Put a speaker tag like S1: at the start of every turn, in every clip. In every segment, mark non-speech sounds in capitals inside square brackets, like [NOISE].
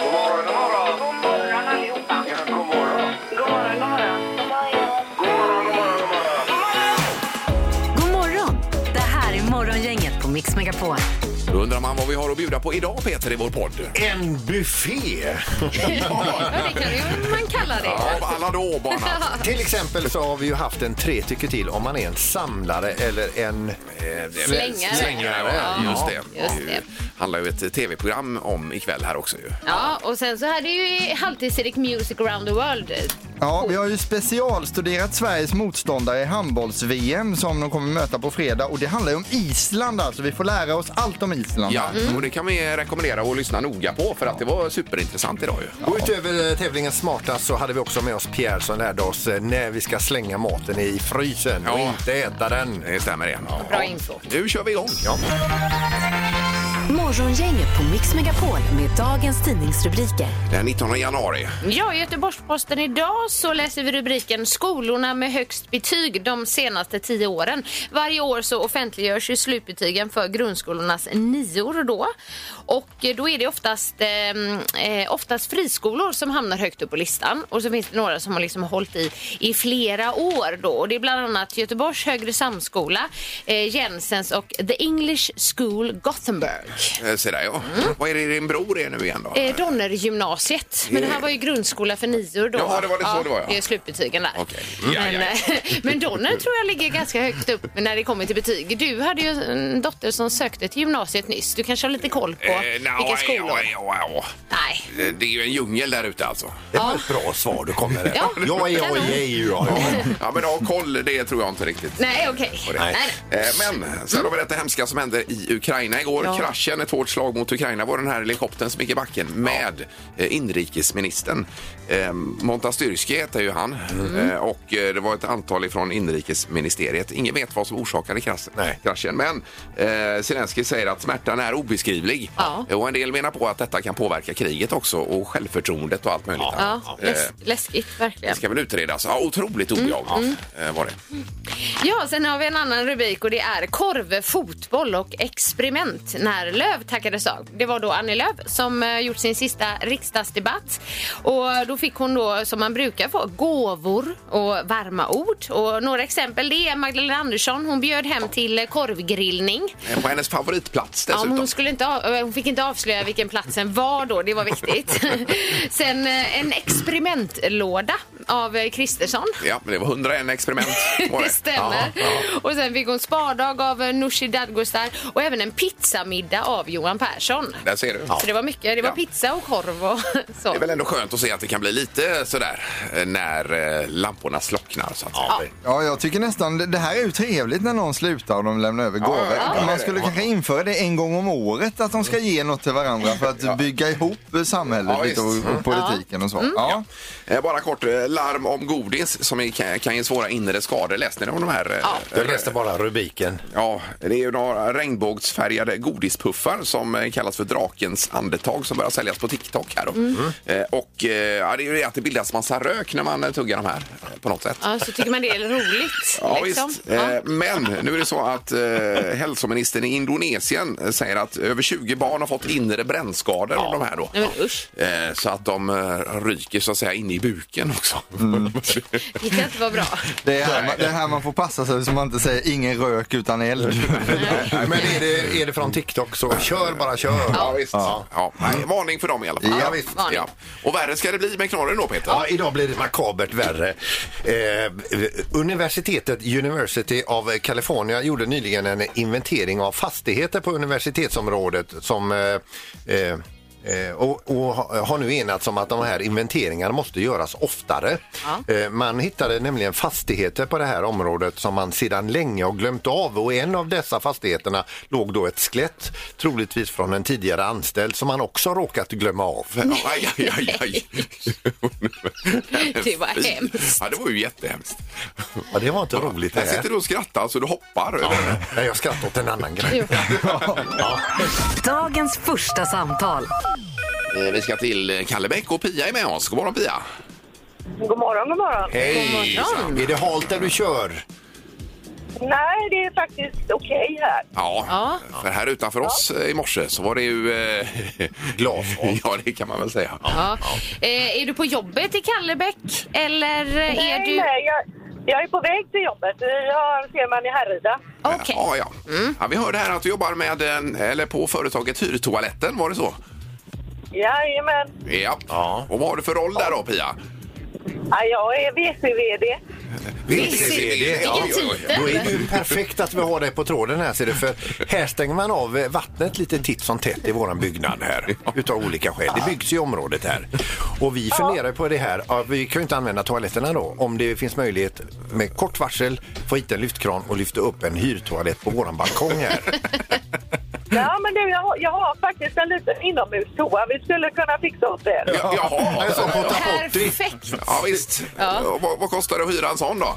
S1: God morgon, god morgon.
S2: God morgon allihopa.
S1: Ja, god morgon.
S2: God morgon, god morgon.
S1: God morgon, god morgon, god morgon.
S3: God morgon! Det här är Morgongänget på Mix Megapol.
S4: Då undrar man vad vi har att bjuda på idag Peter i vår podd.
S5: En [LAUGHS] buffé!
S6: Ja, det kan ju man kalla det.
S4: Av alla då
S6: [LAUGHS]
S4: bara.
S5: Till exempel så har vi ju haft en tre tycker till om man är en samlare eller en... eh,
S6: Slängare.
S5: Slängare,
S6: Ja,
S4: Just det.
S6: just det.
S4: handlar ju ett tv-program om ikväll här också ju.
S6: Ja, och sen så här det är ju halvtids-Erik Music around the world.
S7: Ja, vi har ju specialstuderat Sveriges motståndare i handbolls-VM som de kommer möta på fredag och det handlar ju om Island alltså. Vi får lära oss allt om Island.
S4: Ja, Mm.
S6: Mm.
S4: och det kan vi rekommendera att lyssna noga på för att det var superintressant idag ju.
S5: Och utöver eh, tävlingen Smartast så hade vi också med oss Pierre som lärde oss eh, när vi ska slänga maten i frysen och
S4: Ja.
S5: inte äta den.
S4: Det stämmer det.
S6: Bra info.
S4: Nu kör vi igång. Ja.
S3: Morgongänget på Mix Megapol med dagens tidningsrubriker.
S4: Den 19 januari.
S6: Mm. Ja, i Göteborgs-Posten idag så läser vi rubriken Skolorna med högst betyg de senaste tio åren. Varje år så offentliggörs ju slutbetygen för grundskolornas nior då. Och eh, då är det oftast, eh, eh, oftast friskolor som hamnar högt upp på listan. Och så finns det några som har liksom hållit i i flera år då. Och det är bland annat Göteborgs högre samskola, eh, Jensens och The English School Gothenburg.
S4: Eh, Se där ja. Vad är det din bror är nu igen då?
S6: Mm. Eh, Donnergymnasiet. Men det här var ju grundskola för nior då.
S4: Jaha, det var det så det var, ja.
S6: Det är slutbetygen där.
S4: Okej. Ja,
S6: men, eh,
S4: ja,
S6: men Donner tror jag ligger ganska högt upp när det kommer till betyg. Du hade ju en dotter som sökte till gymnasiet nyss. Du kanske har lite koll på
S4: nja,
S6: vilka skolor?
S4: Eh, ja, ja, ja.
S6: Nej.
S4: Eh, Det är ju en djungel där
S6: [LAUGHS]
S4: ute alltså.
S5: Det var ett bra svar du kom med där.
S6: Ja.
S5: Jag är
S6: Kanon.
S5: AJ. ja, ja.
S4: Ja, men ha koll, det tror jag inte riktigt.
S6: Nej, okej.
S4: på det.
S6: Nej.
S4: Eh, Men sen har vi detta hemska som hände i Ukraina igår. Kraschen, ett hårt slag mot Ukraina, var den här helikoptern som gick i backen med eh, inrikesministern. Eh, Montastyrski heter ju han
S6: Mm.
S4: Eh, och eh, det var ett antal ifrån inrikesministeriet. Ingen vet vad som orsakade kras-
S5: Nej.
S4: kraschen, men eh, Zelensky säger att smärtan är obeskrivlig.
S6: Ja.
S4: Eh, Och en del menar på att detta kan påverka kriget också och självförtroendet och allt möjligt annat.
S6: Ja, Mm.
S4: Eh,
S6: läs- läskigt verkligen.
S4: Det ska väl utredas. Ja, otroligt obehagligt eh, var det.
S6: Ja, sen har vi en annan rubrik och det är korv, fotboll och experiment när Löv tackades av. Det var då Annie Lööf som eh, gjort sin sista riksdagsdebatt och då fick hon då som man brukar få gåvor och varma ord och några exempel det är Magdalena Andersson. Hon bjöd hem till eh, korvgrillning.
S4: Eh, På hennes favoritplats
S6: Ja,
S4: dessutom.
S6: men hon, skulle inte av, eh, hon fick inte avslöja vilken platsen var då, det var viktigt. [LAUGHS] Sen eh, en experimentlåda av eh, Kristersson.
S4: Ja, men det var 101 experiment.
S6: [LAUGHS]
S4: Var
S6: Det stämmer.
S4: Ja, ja.
S6: Och sen fick hon spardag av eh, Nooshi Dadgostar och även en pizzamiddag av Johan Persson.
S4: Där ser du.
S6: Så det var mycket. Det var
S4: Ja.
S6: pizza och korv och [LAUGHS] så.
S4: Det är väl ändå skönt att se att det kan bli lite sådär eh, när eh, lamporna slocknar så att säga.
S7: Ja, jag tycker nästan det- det här är ju trevligt när någon slutar och de lämnar över gåvor.
S4: ja, ja.
S7: Man skulle kanske införa det en gång om året att de ska ge något till varandra för att bygga ihop samhället
S4: Mm. Ja,
S7: lite och,
S4: visst.
S7: och politiken och så. Ja.
S4: Eh, Bara kort, eh, larm om godis som är- kan, kan ge svåra inre skador. Läste ni om de här? eh,
S5: Jag läste bara rubriken.
S4: Ja, det är ju några regnbågsfärgade godispuffar som eh, kallas för Drakens andetag som börjar säljas på TikTok här då.
S6: Mm.
S4: Eh, Och eh, ja, det är ju det att det bildas massa rök när man eh, tuggar de här eh, på något sätt.
S6: Ja, så tycker man det
S4: [LAUGHS]
S6: är roligt.
S4: Ja,
S6: liksom.
S4: visst.
S6: Ja.
S4: Eh, Men nu är det så att eh, hälsoministern i Indonesien eh, säger att över 20 barn har fått inre brännskador av de här då.
S6: Nej, men usch.
S4: Eh, Så att de eh, ryker så att säga in i buken också.
S5: Mm.
S6: Det kan inte vara bra.
S7: Det, är här man, det är här man får passa sig så man inte säger ingen rök utan eld.
S4: [LAUGHS]
S5: Men är det, är det från TikTok så kör bara kör.
S4: [LAUGHS] Ja, visst. Ja. nej, varning för dem i alla fall.
S5: Ja, visst.
S6: Varning.
S4: Och värre ska det bli med knorren då Peter.
S5: Ja, idag blir det makabert värre. Eh, universitetet University of California gjorde nyligen en inventering av fastigheter på universitetsområdet som eh, eh, eh, och, och ha- har nu enats om att de här inventeringarna måste göras oftare. Eh, Man hittade nämligen fastigheter på det här området som man sedan länge har glömt av och en av dessa fastigheterna låg då ett skelett, troligtvis från en tidigare anställd som man också råkat glömma av.
S4: Aj, aj, aj, aj.
S6: Det var
S4: Fy.
S6: hemskt.
S4: Ja, det var ju jättehemskt.
S5: Ja, det var inte roligt det
S4: Här
S5: här.
S4: sitter du och skrattar så du hoppar. över.
S5: Nej, jag skrattar åt en annan grej.
S3: Dagens första samtal.
S4: Eh, Vi ska till eh, Kallebäck och Pia är med oss. God morgon Pia.
S2: God morgon, god morgon.
S5: Hej!
S6: God morgon.
S5: Är det halt där du kör?
S2: Nej, det är faktiskt okej här.
S4: Ja,
S6: Ja.
S4: för här utanför oss eh, i morse så var det ju...
S5: [LAUGHS]
S4: Eh, Glas. ja, det kan man väl säga.
S6: Ja. Eh, är du på jobbet i Kallebäck eller eh, är
S2: nej,
S6: du...
S2: nej, jag, jag är på väg till jobbet. Vi har firman i Härryda.
S6: Okej.
S4: Ja, ja. ja, vi hörde här att du jobbar med, en- eller på företaget Hyrtoaletten, var det så?
S2: Jajamän.
S4: Ja.
S5: Ja.
S4: Och vad har du för roll där då, Pia?
S2: Ja, jag är VC-VD.
S4: Vilken
S6: titel.
S5: Då är det ju perfekt att vi har dig på tråden här ser du, för här stänger man av eh, vattnet lite titt som tätt i våran byggnad här utav olika skäl. Det byggs i området här. Och vi funderar på det här, ja, vi kan ju inte använda toaletterna då, om det finns möjlighet med kort varsel få hit en lyftkran och lyfta upp en hyrtoalett på våran balkong här.
S2: Ja, men du, jag, har- jag har faktiskt en liten inomhustoa. Vi skulle kunna fixa åt det.
S4: Ja, jaha.
S5: En sån på Tapotri.
S6: Perfekt.
S4: Ja, visst.
S6: Ja.
S4: Och Vad, vad kostar det att hyra en sån då?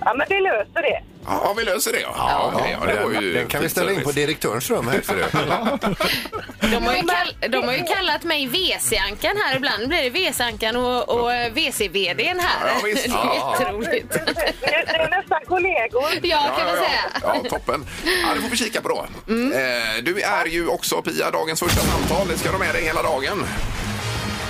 S2: Ja, men vi löser det.
S4: Ja, vi löser det. Ja, okej, [LAUGHS] ja, det var ju
S5: Den kan vi
S4: fin
S5: ställa in på
S4: service.
S5: direktörens rum här ser du.
S6: De har, ju kall- de har ju kallat mig WC-ankan här. Ibland blir det WC-ankan och, och eh, WC-VDn här.
S4: Ja,
S6: [LAUGHS]
S4: visst.
S6: det är
S4: Ja.
S6: jätteroligt.
S2: Det är, det är nästan kollegor.
S6: Ja,
S4: Ja,
S6: kan man
S4: ja,
S6: säga. Mm.
S4: ja. ja, toppen. Ja, det får vi kika på då. Eh, du är ju också, Pia, dagens första samtal. Det ska du med dig hela dagen.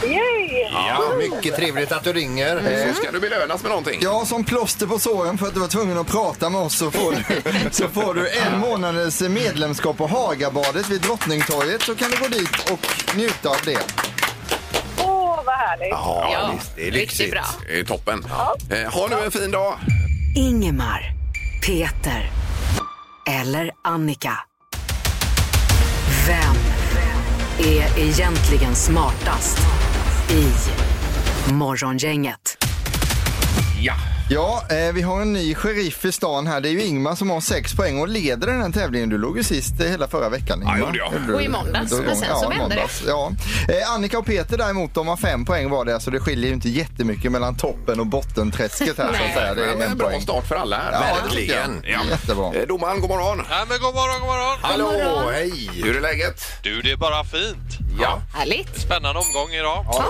S2: Yay!
S5: Ja, mycket trevligt att du ringer. Eh,
S6: Mm.
S4: Så ska du belönas med någonting.
S7: Ja, som plåster på såren för att du var tvungen att prata med oss så får du,
S4: [LAUGHS]
S7: så får du en månadens medlemskap på Hagabadet vid Drottningtorget så kan du gå dit och njuta av det.
S2: Åh, vad härligt.
S5: Ja,
S6: Ja,
S5: visst, det är
S6: riktigt
S5: lyxigt.
S6: bra.
S4: Det är toppen. Eh, ha nu en fin dag.
S3: Ingemar, Peter eller Annika. Vem är egentligen smartast i Morgongänget?
S4: Ja.
S7: Ja, eh, vi har en ny sheriff i stan här. Det är ju Ingmar som har sex poäng och leder den här tävlingen. Du låg ju sist eh, hela förra veckan. Ingmar.
S4: gjorde jag.
S7: Gjorde du?
S6: Och i måndags,
S7: Drog
S6: men
S7: igång.
S6: sen
S7: ja,
S6: så
S7: i
S6: vände det.
S7: måndags, Ja. Eh, Annika och Peter däremot, de har fem poäng var det. Så det skiljer ju inte jättemycket mellan toppen och bottenträsket här. så att säga. Det
S4: Det
S7: är
S4: en
S7: en
S4: bra
S7: poäng.
S4: start för alla här.
S7: Ja, det tycker jag.
S4: Verkligen. Ja.
S7: Jättebra.
S4: Eh, Domaren, god morgon.
S8: Ja, men god morgon, god morgon!
S5: Hallå, hej!
S4: Hur är läget?
S8: Du, det är bara fint.
S4: Ja.
S6: Härligt.
S8: Spännande omgång idag.
S4: Ja,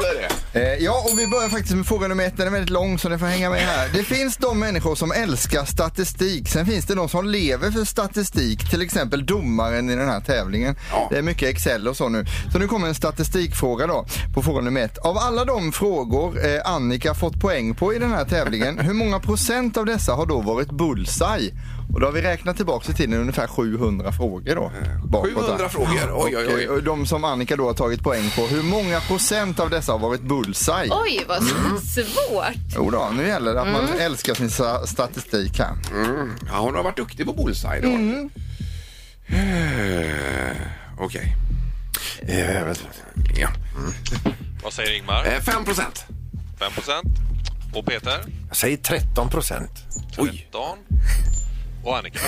S4: det är det.
S7: Eh, ja, och vi börjar faktiskt med fråga nummer ett. Den är väldigt lång så ni får hänga med här. Det finns de människor som älskar statistik. Sen finns det de som lever för statistik. Till exempel domaren i den här tävlingen.
S4: Ja.
S7: Det är mycket Excel och så nu. Så nu kommer en statistikfråga då på fråga nummer ett. Av alla de frågor eh, Annika fått poäng på i den här tävlingen. hur många procent av dessa har då varit bullseye? Och då har vi räknat tillbaka i tiden ungefär 700 frågor då. bakåt där.
S4: 700 frågor. Oj, oj, oj.
S7: Och, eh, de som Annika då har tagit poäng på, hur många procent av dessa har varit bullseye?
S6: Oj, Mm. vad
S7: Mm.
S6: svårt.
S7: Jo då, nu gäller det att man älskar sin sa- statistik här.
S4: Ja, hon har varit duktig på bullseye. det har hon. Eh, Okej.
S5: Eh, vänta.
S4: Ja.
S8: Vad säger Ingmar?
S4: Eh, 5 procent.
S8: 5 Och Peter?
S5: Jag säger 13 procent.
S4: Oj.
S8: 13. Och
S4: [LAUGHS]
S8: Annika?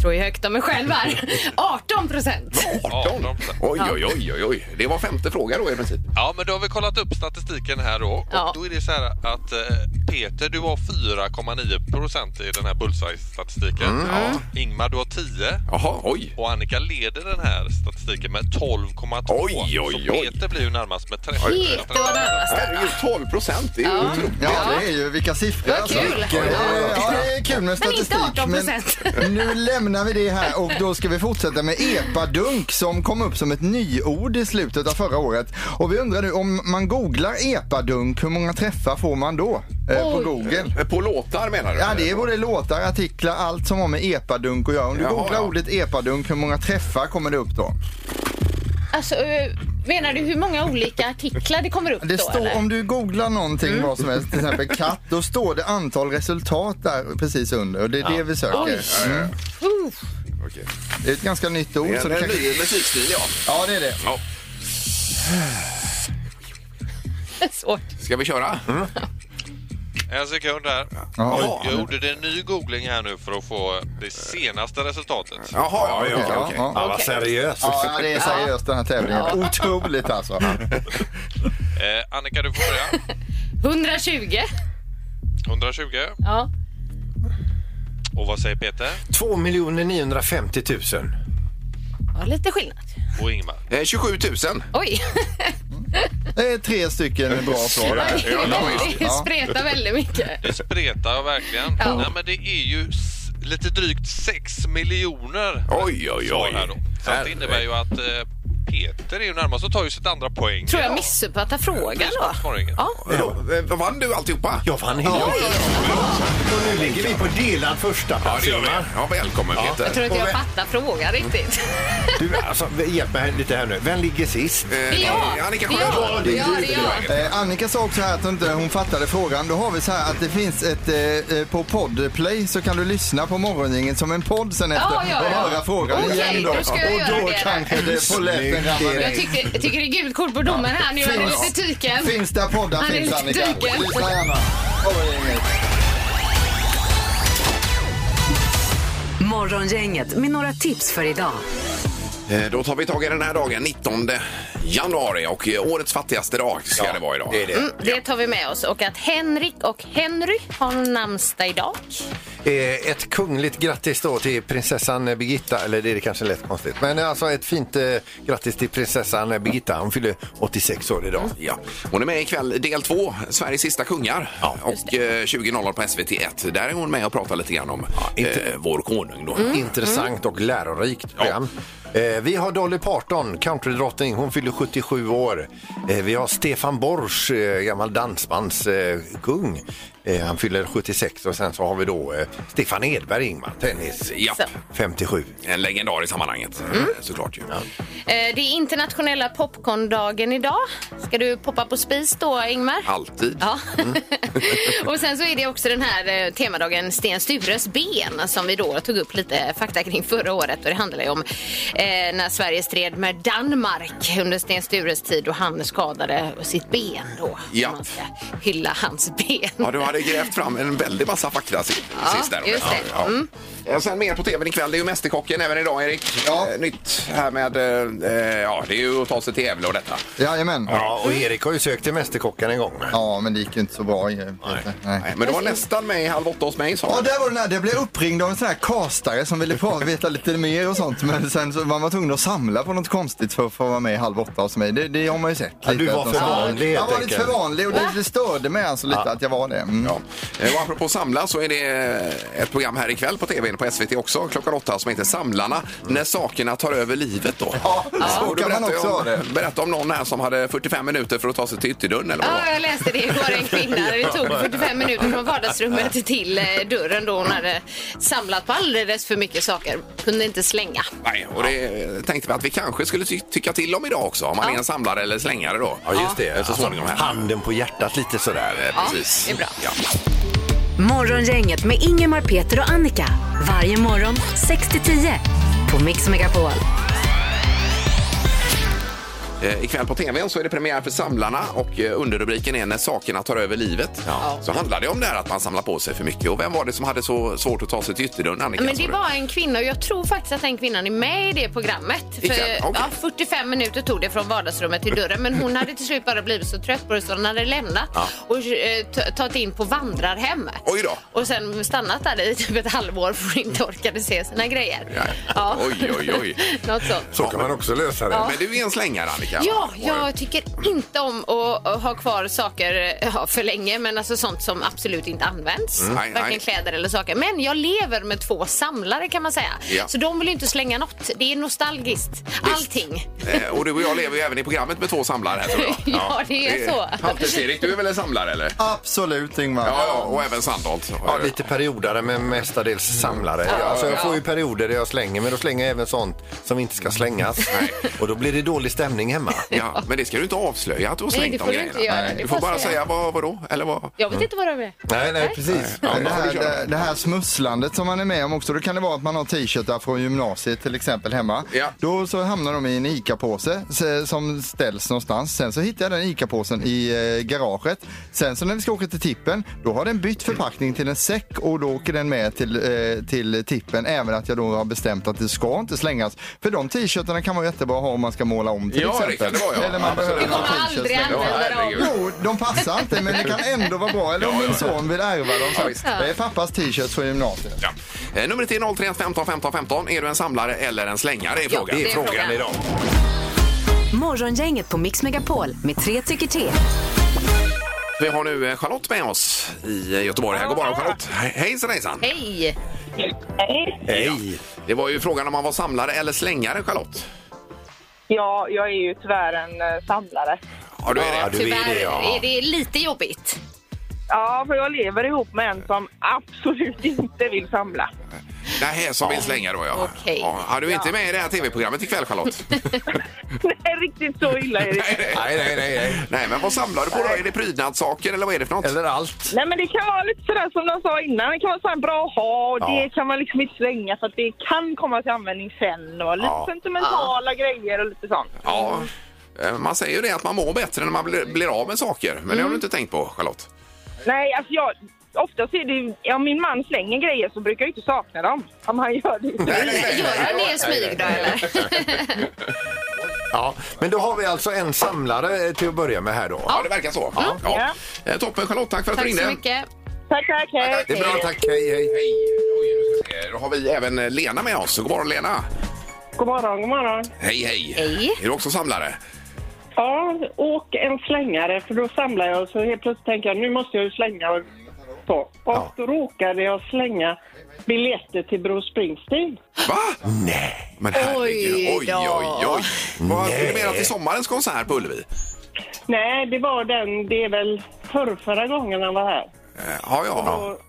S6: Tror jag högt om mig själv här. 18 procent.
S4: 18.
S8: 18.
S4: Oj, oj, oj, oj, oj. Det var femte fråga då i princip.
S8: Ja, men då har vi kollat upp statistiken här då. Och
S6: Ja.
S8: då är det så här att eh, Peter, du har 4,9 procent i den här bullseye-statistiken.
S4: Mm,
S8: Ingmar, du har 10.
S4: Jaha, oj.
S8: Och Annika leder den här statistiken med 12,2.
S4: Oj, oj,
S8: Så
S4: oj.
S8: Peter blir ju närmast med 13.
S6: Peter var närmast.
S4: Herregud, 12 procent. Det är ju otroligt.
S7: Ja, det är ju vilka siffror alltså.
S6: Vad kul.
S7: Ja, ja, det är kul med
S6: Men inte
S7: statistik.
S6: 18%.
S7: men [LAUGHS] nu lämnar vi det här och då ska vi fortsätta med epadunk som kom upp som ett nyord i slutet av förra året. Och vi undrar nu om man googlar epadunk, hur många träffar får man då eh, på
S6: Oj.
S7: Google?
S4: Eh, På låtar menar du?
S7: Ja, det är både låtar, artiklar, allt som har med epadunk att göra. Om du
S4: Jaha,
S7: googlar
S4: ja.
S7: ordet epadunk, hur många träffar kommer det upp då?
S6: Alltså, eh, menar du hur många olika artiklar det kommer upp
S7: Det
S6: då?
S7: står,
S6: eller? [LAUGHS]
S7: om du googlar någonting vad som helst, till exempel katt, då står det antal resultat där precis under och det är det vi söker. Mm.
S6: Uff.
S4: Okej. Eh,
S7: Det är ett ganska nytt ord.
S4: Det
S7: Så
S4: är
S7: det
S4: en
S7: kan...
S4: ny musikstil, ja.
S7: Ja, det är det.
S4: ja.
S6: Svårt.
S4: Ska vi köra?
S8: En sekund här.
S7: Ja,
S8: Jag gjorde det en ny googling här nu för att få det senaste resultatet.
S4: Jaha, ja, ja,
S7: ja,
S4: ja, okej.
S7: ja.
S5: Ja, vad seriöst.
S7: Ja, det är seriöst den här tävlingen. Otroligt alltså.
S8: Eh, Annika, du får börja.
S6: 120.
S8: 120.
S6: Ja.
S8: Och vad säger Peter?
S5: 2 950 000.
S6: ja, lite skillnad.
S8: Och Ingmar?
S4: Eh, 27 000.
S6: Oj,
S7: Det är tre stycken bra svar. där.
S6: [LAUGHS] det spretar väldigt mycket.
S8: Det spretar verkligen.
S6: Ja.
S8: Nej, men det är ju s- lite drygt 6 miljoner
S4: Oj, oj,
S8: svar
S4: oj.
S8: här då. Så att det innebär ju att eh, Peter är ju närmast och tar ju sitt andra poäng.
S6: Tror jag missuppfattar frågan då?
S8: Sportsmorgon.
S6: Ja.
S4: Eh, vad Vann du alltihopa?
S5: Jag vann helt. Och nu ligger vi på delad första
S4: Ja,
S5: plats.
S4: det gör vi.
S5: Ingmar.
S4: Ja, välkommen
S6: Jag
S4: Peter.
S6: tror inte jag fattar frågan riktigt.
S5: Du, alltså, hjälp mig lite här nu. Vem ligger sist?
S4: Eh,
S6: Det är jag.
S4: eh, Annika
S6: Det är jag.
S4: Sjölund.
S6: Det är jag, det är jag.
S7: Eh, Annika sa också här att hon, inte, hon fattade frågan. Då har vi så här att det finns ett eh, eh, på Podplay så kan du lyssna på morgongänget som en podd sen efter
S6: Ja, ja,
S7: och
S6: ja.
S7: höra frågan
S6: Okej,
S7: igen då.
S6: då ska jag
S7: och
S6: göra
S7: då
S6: det.
S7: kanske det på läppen
S5: Snyggt,
S7: ramlar
S6: Jag
S7: ner.
S6: tycker, jag tycker det är gult kort på domen här nu. Jag är
S7: Finns-
S6: lite tyken.
S7: Finns där poddar
S6: Han är
S7: finns
S6: lite
S7: Annika.
S6: dyken.
S7: Lyssna gärna. Morgongänget.
S3: Morgongänget med några tips för idag.
S4: Eh, Då tar vi tag i den här dagen, 19 januari. Och eh, årets fattigaste dag ska det vara idag.
S5: Det är det.
S6: Mm, det tar vi med oss. Och att Henrik och Henry har namnsdag idag.
S5: Eh, Ett kungligt grattis då till prinsessan eh, Birgitta, eller det är det kanske lätt konstigt. Men eh, alltså ett fint eh, grattis till prinsessan eh, Birgitta. Hon fyller 86 år idag.
S4: Ja. Hon är med ikväll, del två, Sveriges sista kungar. och eh, 20.00 på SVT1. Där är hon med och pratar lite grann om
S5: inte-
S4: eh, vår konung. Då.
S5: Mm.
S6: Mm.
S5: Intressant och lärorikt program. Eh, Vi har Dolly Parton, countrydrottning. Hon fyller 77 år. Eh, Vi har Stefan Borsch, eh, gammal dansbandskung. Eh, Han fyller 76 och sen så har vi då eh, Stefan Edberg, Ingmar, tennis,
S4: Ja,
S6: Så. Mm.
S5: 57.
S4: en legendar i sammanhanget eh, såklart. Ju.
S6: Eh, Det är internationella popcorndagen idag. Ska du poppa på spis då, Ingmar?
S4: Alltid.
S6: Ja. [LAUGHS] och sen så är det också den här eh, temadagen Sten Stures ben som vi då tog upp lite fakta kring förra året. Och det handlar ju om eh, när Sverige stred med Danmark under Sten Stures tid och han skadade sitt ben då.
S4: Ja.
S6: Man ska hylla hans ben.
S4: Ja, du hade grävt fram en väldig massa fakta si-
S6: Ja,
S4: sist där.
S6: just det. Mm.
S4: Ja, ja. Eh, Sen mer på tvn ikväll, det är ju Mästerkocken även idag Erik.
S7: Ja.
S4: Eh, Nytt här med, eh, eh, ja det är ju att ta sig till Gävle och detta.
S7: Jajamän.
S5: Ja, och Erik har ju sökt till Mästerkocken en gång.
S7: Ja, men det gick ju inte så bra. ju, Peter. Nej.
S4: Nej, men du var nästan med i Halv åtta hos mig sa
S7: Ja,
S4: du.
S7: där var den här. Jag blev uppringd av en sån här kastare som ville prata, veta lite mer och sånt. Men sen så man var tvungen att samla på något konstigt för att få vara med i Halv åtta hos mig. Det, det har man ju sett.
S5: Ja,
S7: lite
S5: du var
S7: att de
S5: för
S7: sa.
S5: vanlig,
S7: Jag
S5: helt
S7: var lite för
S5: enkelt.
S7: vanlig och det, det störde mig alltså lite att jag var det. Mm.
S4: Ja. Eh, Och apropå samla så är det eh, ett program här ikväll på tvn på SVT också klockan åtta som heter Samlarna när sakerna tar över livet då.
S7: Ja, så
S4: Och då
S7: kan man
S4: berättar jag
S7: också
S4: om,
S7: ha det.
S4: Berätta om någon här som hade 45 minuter för att ta sig till ytterdörren eller vad det var.
S6: Ja, jag läste det igår. En kvinna. Det tog 45 minuter från vardagsrummet till eh, dörren då hon hade samlat på alldeles för mycket saker. Kunde inte slänga.
S4: Nej, och det tänkte vi att vi kanske skulle ty tycka till om idag också, om man
S6: Ja.
S4: är en samlare eller slängare då.
S5: Ja, just det.
S4: Eh, Så
S5: Alltså,
S4: småningom här.
S5: handen på hjärtat lite sådär.
S4: Eh, Precis.
S6: det är bra.
S4: Ja.
S3: Morgongänget med Ingemar, Peter och Annika. Varje morgon 6 till 10 på Mix Megapol.
S4: Eh, Ikväll på tvn så är det premiär för Samlarna och eh, underrubriken är När sakerna tar över livet. Så handlar det om det här att man samlar på sig för mycket. Och vem var det som hade så svårt att ta sig till ytterdörren, Annika?
S6: Men
S4: sa
S6: det
S4: du?
S6: var en kvinna och jag tror faktiskt att den kvinnan är med i det programmet. För,
S4: Ikväll, okej.
S6: ja, 45 minuter tog det från vardagsrummet till dörren men hon hade till slut bara blivit så trött på det så hon hade lämnat och eh, t- tagit in på vandrarhem.
S4: Oj då.
S6: Och sen stannat där i typ ett halvår för hon inte orkade se sina grejer.
S4: Ja. Oj, oj, oj.
S6: [LAUGHS] Något sånt.
S5: Så kan man också lösa det.
S4: Men du är en slängare, Annika?
S6: Ja,
S4: va?
S6: jag tycker inte om att att ha kvar saker eh, ja, för länge, men alltså sånt som absolut inte används.
S4: Nej,
S6: Varken
S4: nej.
S6: kläder eller saker. Men jag lever med två samlare kan man säga.
S4: Ja.
S6: Så de vill ju inte slänga något. Det är nostalgiskt. Allting.
S4: Eh, Och du och jag lever ju även i programmet med två samlare här tror jag.
S6: [LAUGHS] Ja, det är så.
S4: Halvtids-Erik, du är väl en samlare eller?
S7: Absolut, Ingmar.
S4: Ja, ja, och även Sandholt.
S5: Ja, lite perioder men mestadels
S4: Mm.
S5: samlare. alltså, jag får ju perioder där jag slänger, men då slänger jag även sånt som inte ska slängas. Och då blir det dålig stämning hemma.
S4: Ja, men det ska du inte avslöja att du har
S6: Nej,
S4: slängt
S6: det får
S4: de
S6: du
S4: grejerna.
S6: inte göra. Det
S4: Du får
S6: får
S4: bara
S6: jag säga.
S4: säga vad, vadå? Eller vad?
S6: Jag vet inte vad de är.
S5: Nej, nej, precis.
S7: Men Det
S4: Ja,
S7: här,
S4: får du köra.
S7: det, det här smusslandet som man är med om också, då kan det vara att man har t-shirtar från gymnasiet till exempel hemma.
S4: Ja.
S7: Då så hamnar de i en ICA-påse se- som ställs någonstans. Sen så hittar jag den ICA-påsen i eh, garaget. Sen så när vi ska åka till tippen, då har den bytt förpackning till en säck och då åker den med till, eh, till tippen. Även att jag då har bestämt att det ska inte slängas. För de t-shirtarna kan vara jättebra att ha om man ska måla om till
S4: Ja, det
S7: exempel.
S4: kan det vara, ja.
S7: Eller man
S4: Absolut.
S7: behöver
S4: Vi
S6: Kommer
S7: någon t-shirt
S6: aldrig
S7: längre.
S6: använda
S4: herregud.
S6: dem.
S7: Jo, de passar inte men det kan ändå vara bra. Eller om min son vill ärva dem. Så
S4: Ja, visst.
S7: det är pappas t-shirts från gymnasiet.
S4: Ja. Eh, Numret är 031 15 15 15. Är du en samlare eller en slängare? Är frågan.
S6: det är Det är frågan. frågan
S4: idag.
S3: Morgongänget på Mix Megapol med tre tycker till.
S4: Vi har nu eh, Charlotte med oss i eh, Göteborg. Här går bara Charlotte. He- Hejsan hejsan!
S6: Hej!
S2: Nej.
S5: Hej!
S4: Det var ju frågan om man var samlare eller slängare, Charlotte.
S2: Ja, jag är ju tyvärr en eh, samlare.
S4: Ja, du är
S5: Ja,
S4: det.
S5: du är
S6: Tyvärr
S5: det, ja.
S6: är det lite jobbigt.
S2: Ja, för jag lever ihop med en som absolut inte vill samla.
S4: Nähä, som vill slänga då, ja.
S6: Okej.
S4: Ja, ja, du är inte med i det här tv-programmet ikväll,
S6: [LAUGHS]
S4: Charlotte?
S2: [LAUGHS] Nej, riktigt så illa är det inte.
S5: Nej, nej, nej, nej.
S4: Nej, men vad samlar du på då? Är det prydnadssaker eller vad är det för något?
S5: Eller allt.
S2: Nej men det kan vara lite sådär som de sa innan, det kan vara sådär bra att ha och
S4: Ja.
S2: det kan man liksom inte slänga för att det kan komma till användning sen och lite
S4: Ja.
S2: sentimentala grejer och lite sånt.
S4: Ja, eh, man säger ju det att man mår bättre när man blir, blir av med saker. Men
S6: Mm.
S4: det har du inte tänkt på, Charlotte?
S2: Nej alltså jag, oftast är det ju- om min man slänger grejer så brukar jag inte sakna dem. Om han gör det.
S6: Gör han det i smyg då eller?
S5: Ja, men då har vi alltså en samlare eh, till att börja med här då.
S4: Ja, det verkar så. Ja. Ja. Eh, Toppen, Charlotte. Tack för att du
S6: Mm. Tack
S4: ringde.
S6: så mycket.
S2: Tack, tack, hej.
S5: Det är bra, tack. Hej, hej.
S4: Hej. Oj, nu ska vi se. Då har vi även eh, Lena med oss. God morgon, Lena.
S2: God morgon, god morgon.
S4: Hej, hej.
S6: Hej.
S4: Är du också samlare?
S2: Ja, åk en slängare för då samlar jag och så helt plötsligt tänker jag nu måste jag ju slänga och så. Och då råkade jag slänga biljetter till Bruce Springsteen.
S4: Va? Nej. Men herregud.
S6: Oj
S4: Oj,
S6: då.
S4: oj, oj. Vad Du menar till sommarens konsert på Ullevi?
S2: Nej, det var den, det är väl förr, förra gången han var här.
S4: Eh, Ja, ja.
S2: Och,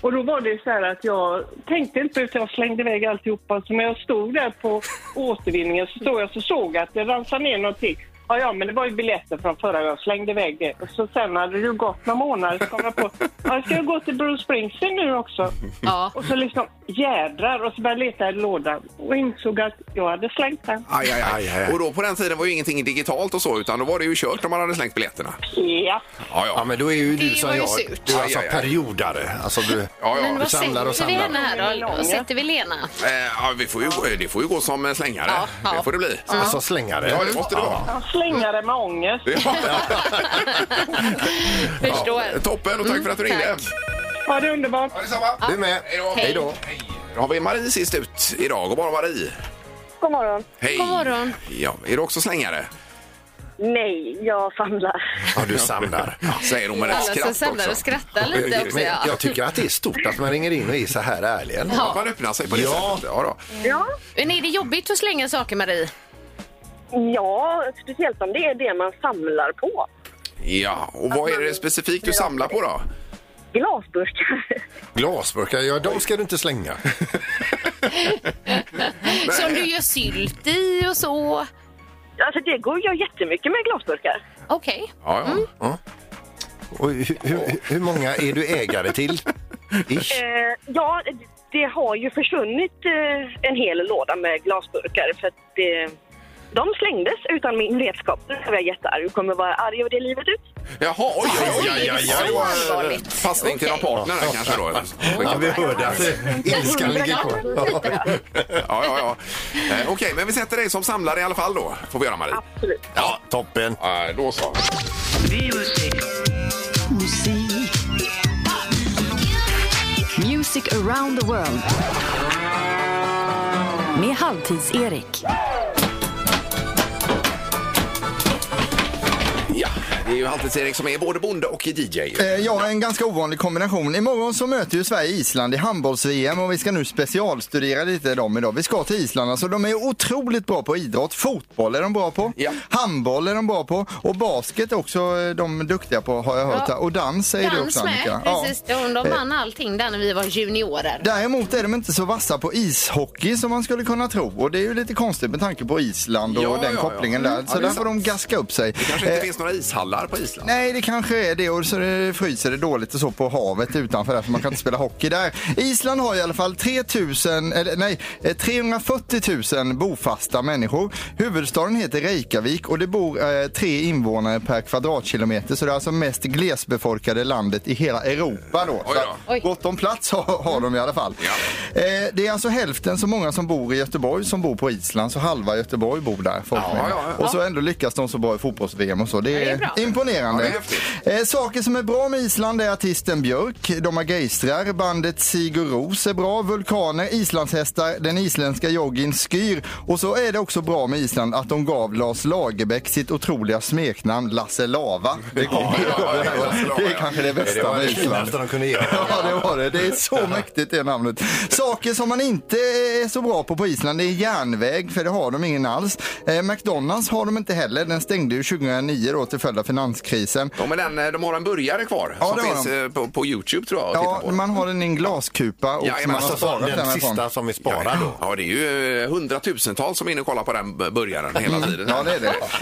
S2: och då var det så här att jag tänkte inte utan jag slängde iväg alltihopa. Så när jag stod där på återvinningen så stod jag så såg jag att det ramsade ner någonting. Ja, ja, men det var ju biljetter från förra gången. Jag slängde iväg det. Och så sen hade det ju gått några månader så kom jag på ja, jag ska jag gå till Bruce Springsteen nu också?
S6: Ja.
S2: Och så liksom jädrar och så började jag leta i lådan och insåg att jag hade slängt den.
S4: Aj, aj,
S5: Aj, aj, aj.
S4: aj. Och då på den tiden var ju ingenting digitalt och så, utan då var det ju kört om man hade slängt biljetterna.
S2: Ja.
S4: Ja,
S5: Ja,
S4: ja.
S5: men då är ju du
S6: Det
S5: som
S6: var ju
S5: jag.
S6: surt.
S5: Du är alltså
S4: Aj, aj, aj.
S5: periodare. Alltså du...
S4: ja,
S6: Men
S4: ja.
S6: vad
S5: samlar och
S6: sätter vi
S5: samlar.
S6: henne här då? Vad sätter vi Lena?
S4: Eh, ja, vi får ju, gå- det får ju gå som eh, slängare.
S6: Ja, ja.
S4: Det får
S6: [LAUGHS]
S4: det bli.
S5: Alltså slängare.
S4: Ja, det måste det vara.
S2: Jag slängade med ångest.
S6: Förstår.
S4: Toppen och tack för att du ringde.
S2: Var det underbart?
S4: Ja, detsamma.
S5: Du med.
S4: Hej då.
S6: Hej då.
S4: Hej. Då har vi Marie sist ut idag. God morgon Marie.
S9: God morgon.
S4: Hej.
S6: God morgon.
S4: Ja, är du också slängare?
S9: Nej, jag samlar.
S5: Ja, du
S4: [LAUGHS]
S5: samlar.
S4: Säger hon med ett
S6: Alla som
S4: skratt
S6: samlar
S4: också.
S6: och skrattar lite också
S5: Men
S6: ja.
S5: jag tycker att det är stort att man ringer in och är så här ärlig.
S4: Att Man öppnar sig på det
S5: Ja.
S4: sättet. Ja, då.
S6: Men är det jobbigt att slänga saker Marie?
S9: Ja, speciellt om det är det man samlar på.
S4: ja, och vad är det specifikt du samlar på då?
S9: Glasburkar. [LAUGHS]
S5: Glasburkar, ja de ska du inte slänga.
S6: Som du gör sylt i och så?
S9: Alltså det går jag jättemycket med glasburkar.
S6: Okej.
S4: Ja, ja.
S6: Mm.
S5: Och hur, hur, hur många är du ägare [LAUGHS] till? Ish.
S9: Eh, ja, det har ju försvunnit eh, en hel låda med glasburkar för att eh, de slängdes utan min vetskap. Nu är jag jättearg och kommer vara arg över det livet ut.
S4: Jaha, oj, oj, oj, oj,
S6: Är det
S4: oj,
S6: så
S4: oj.
S6: allvarligt?
S4: Passning till någon partner här kanske då.
S5: Ja,
S4: Ja,
S5: vi hörde att Alltså, ilskan ligger kvar.
S4: ja, ja. Eh, Okej, men vi sätter dig som samlare i alla fall då. Får vi göra Marie.
S9: Absolut.
S5: [LAUGHS] Ja, toppen.
S4: Ja, då så.
S3: Music around the world. Med Halvtids-Erik.
S4: Ja, det är ju Halvtids-Erik som är både bonde och DJ.
S7: Eh, Ja, en ganska ovanlig kombination. Imorgon så möter ju Sverige Island i handbolls-VM och vi ska nu specialstudera lite dem idag. Vi ska till Island, alltså de är otroligt bra på idrott. Fotboll är de bra på,
S4: Ja.
S7: handboll är de bra på och basket är också eh, de är duktiga på har jag hört.
S6: Ja.
S7: här. Och dans är det
S6: Dans
S7: också Annika.
S6: med.
S7: Ja. Eh.
S6: Precis, de, de vann allting där när vi var juniorer.
S7: Däremot är de inte så vassa på ishockey som man skulle kunna tro och det är ju lite konstigt med tanke på Island och
S4: Ja,
S7: den
S4: ja, ja.
S7: kopplingen där.
S4: Mm.
S7: Så
S4: Ja, det är
S7: där får de gaska upp sig.
S4: Kanske inte
S7: Eh,
S4: finns några ishallar på Island.
S7: Nej, det kanske är det och så det fryser det dåligt och så på havet utanför där för man kan inte spela hockey där. Island har i alla fall 3000, eller nej, eh, 340 000 bofasta människor. Huvudstaden heter Reykjavik och det bor eh, tre invånare per kvadratkilometer så det är alltså mest glesbefolkade landet i hela Europa då.
S4: Oj
S7: Så
S4: då.
S7: att
S6: Oj.
S7: Gott om plats har, har de i alla fall.
S4: Ja.
S7: Eh, det är alltså hälften så många som bor i Göteborg som bor på Island så halva Göteborg bor där. Folk
S4: Ja,
S7: menar.
S4: ja, ja.
S7: Och så ändå lyckas de så bra i fotbolls-VM och så. Det
S6: det är bra.
S7: det är Imponerande.
S4: Ja, det är häftigt.
S7: Eh, saker som är bra med Island är artisten Björk, de har geistrar, bandet Sigur Ros är bra, vulkaner, islandshästar, den isländska joggin Skyr och så är det också bra med Island att de gav Lars Lagerbäck sitt otroliga smeknamn Lasse Lava. Det,
S4: ja, ja, ja, Lasse Lava,
S7: det är
S4: ja.
S7: kanske det
S5: Det
S7: bästa
S5: var
S7: med
S5: det
S7: Island.
S5: finaste de kunde ge.
S7: [LAUGHS] Ja, det var det. Det är så mäktigt det namnet. Saker som man inte är så bra på på Island det är järnväg, för det har de ingen alls. Eh, McDonalds har de inte heller. Den stängde ju 2009 då till följd av finanskrisen.
S4: Ja, men den, eh, de har en burgare kvar
S7: Ja,
S4: som
S7: det har
S4: finns
S7: de.
S4: eh, på, på Youtube tror jag. att
S7: Ja,
S4: titta på.
S7: man har den i en glaskupa och
S4: Ja,
S7: man har
S4: alltså,
S5: Alltså,
S7: sparat den
S5: den
S7: härifrån.
S5: sista som vi sparar då.
S4: Ja, det är ju eh, hundratusentals som är inne och kollar på den b- burgaren hela
S7: Mm.
S4: tiden.
S7: Ja, det är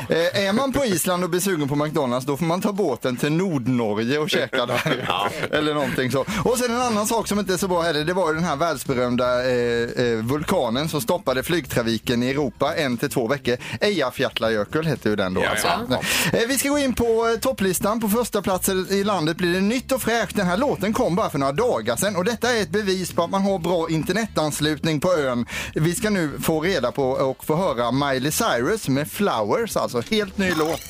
S7: det. Eh, är man på Island och blir sugen på McDonalds då får man ta båten till Nordnorge och käka där. [LAUGHS] Eller någonting så. Och sen en annan sak som inte är så bra heller, det var ju den här världsberömda eh, eh, vulkanen som stoppade flygtrafiken i Europa en till två veckor. Eyjafjallajökull hette ju den då.
S4: Ja,
S7: alltså.
S4: ja.
S7: Eh, vi ska gå in på eh, topplistan. På första platsen i landet blir det nytt och fräscht. Den här låten kom bara för några dagar sedan och detta är ett bevis på att man har bra internetanslutning på ön. Vi ska nu få reda på och få höra Miley Cyrus med Flowers, alltså helt ny låt.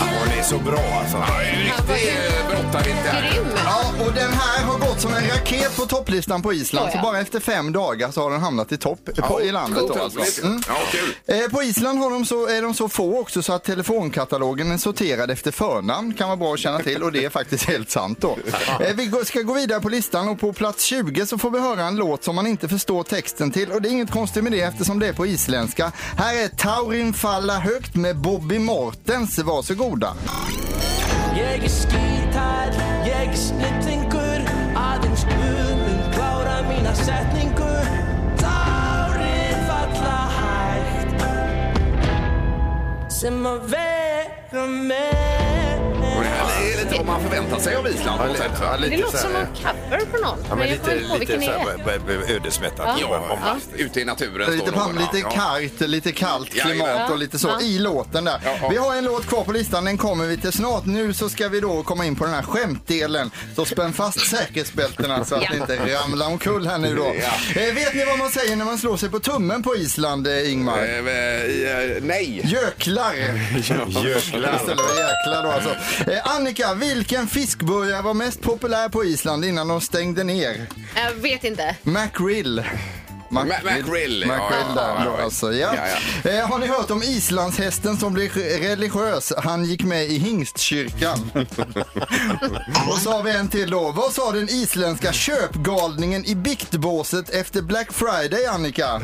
S4: Ja, det är så bra alltså. Ja, det är ju riktig eh, brottarvinter.
S6: Grym!
S7: Ja, och den här har gått som en raket på topplistan på Island.
S6: Ja, ja.
S7: Så bara efter fem dagar så har den hamnat i topp eh, på, i landet. Då, alltså. Mm.
S4: Ja, kul.
S7: Eh, På Island har de så, är de så få också så att telefonkatalogen är sorterad efter förnamn kan vara bra att känna till och det är faktiskt helt sant
S4: [LAUGHS]
S7: då. Eh, Vi går- ska gå vidare på listan och på plats 20 så får vi höra en låt som man inte förstår texten till och det är inget konstigt med det eftersom det är på isländska. Här är Taurin falla högt med Bobby Mortens, varsågoda.
S10: Ég er skítær, ég er snillingur Aðeins Guð mun klára mína setningu Tárin falla hægt Sem að vera með
S4: Och det här är lite vad man förväntar sig av Island. på något sätt.
S5: Ja,
S6: Det
S5: lite
S6: låter
S5: så
S6: som
S5: här-
S6: en cover på någon.
S5: Ja, men
S6: jag kommer
S5: lite,
S6: inte på
S5: lite
S6: vilken
S5: så
S6: det är.
S5: här, b- b- ödesmättat.
S4: Ja,
S5: Ja.
S4: ja. Ute i naturen
S7: Lite,
S4: står
S7: pam,
S4: någon.
S7: lite kargt, lite kallt
S4: Ja,
S7: klimat
S4: ja.
S7: och lite så
S6: Ja.
S7: i låten där.
S4: Ja, ja.
S7: Vi har en låt kvar på listan, den kommer vi till snart. Nu så ska vi då komma in på den här skämtdelen. Så spänn fast säkerhetsbältena så att ni inte ramlar omkull här nu då. Eh, vet ni vad man säger när man slår sig på tummen på Island, eh,
S4: Ja.
S7: Ingmar?
S4: Eh, eh, eh, nej.
S7: Göklar!
S5: Göklar.
S7: Istället för jäklar då alltså. Eh, Annika, vilken fiskburgare var mest populär på Island innan de stängde ner?
S6: Jag vet inte. [LAUGHS]
S7: Macrill. Mac-
S4: Ma- Macrill, ja,
S7: Macrill
S4: ja,
S7: där
S4: ja,
S7: då,
S4: ja.
S7: alltså. Ja.
S4: Ja,
S7: Eh, har ni hört om islandshästen som blev religiös? Han gick med i
S4: [LAUGHS]
S7: hingstkyrkan. Och så har vi en till då. Vad sa den isländska köpgalningen i biktbåset efter Black Friday,
S4: [LAUGHS]
S7: Annika?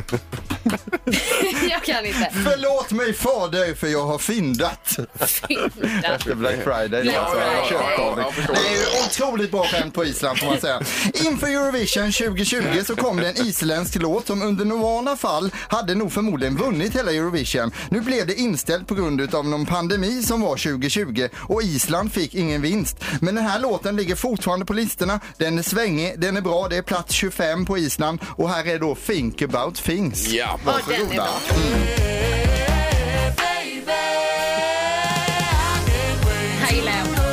S6: Jag kan
S7: [LAUGHS]
S6: inte.
S7: Förlåt mig fader för jag har fyndat.
S6: Fynda.
S7: Efter Black Friday.
S6: Ja,
S7: alltså,
S6: ja, ja,
S7: köpgalning.
S4: ja, jag förstår.
S7: det är ju otroligt bra skämt på Island får man säga. Inför Eurovision 2020 så kom det en isländsk låt som under normala fall hade nog förmodligen vunnit hela Eurovision. Nu blev det inställt på grund av någon pandemi som var 2020 och Island fick ingen vinst. Men den här låten ligger fortfarande på listorna. Den är svängig, den är bra, det är plats 25 på Island och här är då Think about things.
S4: Ja.
S6: Ja, den är bra. Här gillar jag.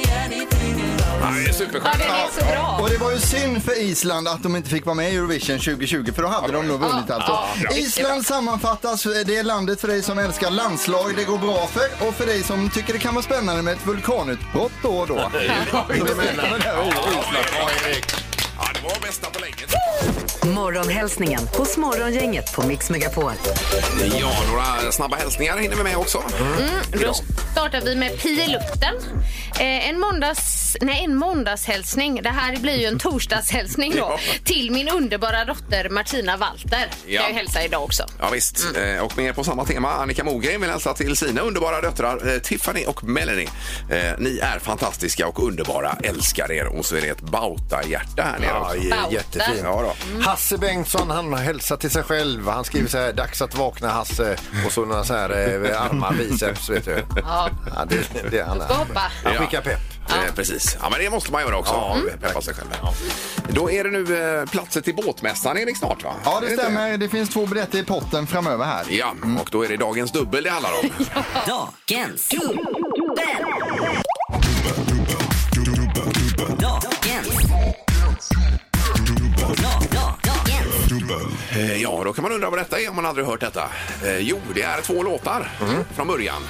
S4: Ja, det är
S6: Ja,
S4: superskönt.
S6: den är så bra.
S7: Och det var ju synd för Island att de inte fick vara med i Eurovision 2020 för då hade de nog vunnit alltså. Island sammanfattas, eh, det är landet för dig som älskar landslag det går bra för och för dig som tycker det kan vara spännande med ett vulkanutbrott då och då. oh,
S4: Ja, det var bästa på länge.
S3: Morgonhälsningen hos Morgongänget på Mix Megapol.
S4: Ja, några snabba hälsningar hinner vi med också.
S6: Då startar vi med Pia Lukten. Eh, en, måndags, nej, en måndagshälsning, det här blir ju en torsdagshälsning då,
S4: [LAUGHS] Ja.
S6: till min underbara dotter Martina Walter. Kan
S4: Ja.
S6: jag hälsa idag också.
S4: Ja, visst. Eh, Och mer på samma tema. Annika Mogren vill hälsa till sina underbara döttrar eh, Tiffany och Melanie. Eh, Ni är fantastiska och underbara. Älskar er. Och så är det ett bauta-hjärta här nere.
S5: Ja,
S4: också.
S5: j-
S6: Bauta.
S5: jättefin.
S4: Ja, då.
S5: Mm. Hasse Bengtsson han hälsar till sig själv. Han skriver så här, dags att vakna Hasse. Och så några så här eh, armar biceps vet du.
S6: Ja.
S5: Ja, det, det, är han,
S6: ska hoppa.
S5: han skickar pepp.
S4: Eh, precis. Ja, men det måste man göra också. Mm. Peppa sig själv. Då är det nu eh, platser till båtmässan, Erik, snart va?
S7: Ja, det
S4: Är inte
S7: stämmer. Det finns två biljetter i potten framöver här.
S4: Ja, och då är det dagens dubbel det handlar om.
S10: Dagens Dagens
S4: Eh, Ja, då kan man undra vad detta är om man aldrig hört detta. Eh, Jo, det är två låtar från början.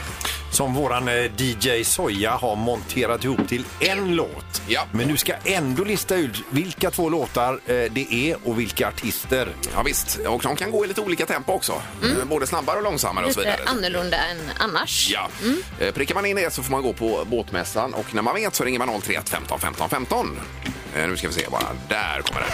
S5: Som våran eh, DJ Soja har monterat ihop till en låt.
S4: Ja.
S5: Men du ska ändå lista ut vilka två låtar eh, det är och vilka artister.
S4: Ja, visst. Och de kan gå i lite olika tempo också. Eh, Både snabbare och långsammare och så
S6: Lite
S4: vidare.
S6: annorlunda än annars.
S4: Ja. Eh, Prickar man in det så får man gå på båtmässan och när man vet så ringer man 031 15 15 15. Eh, Nu ska vi se bara. Där kommer den.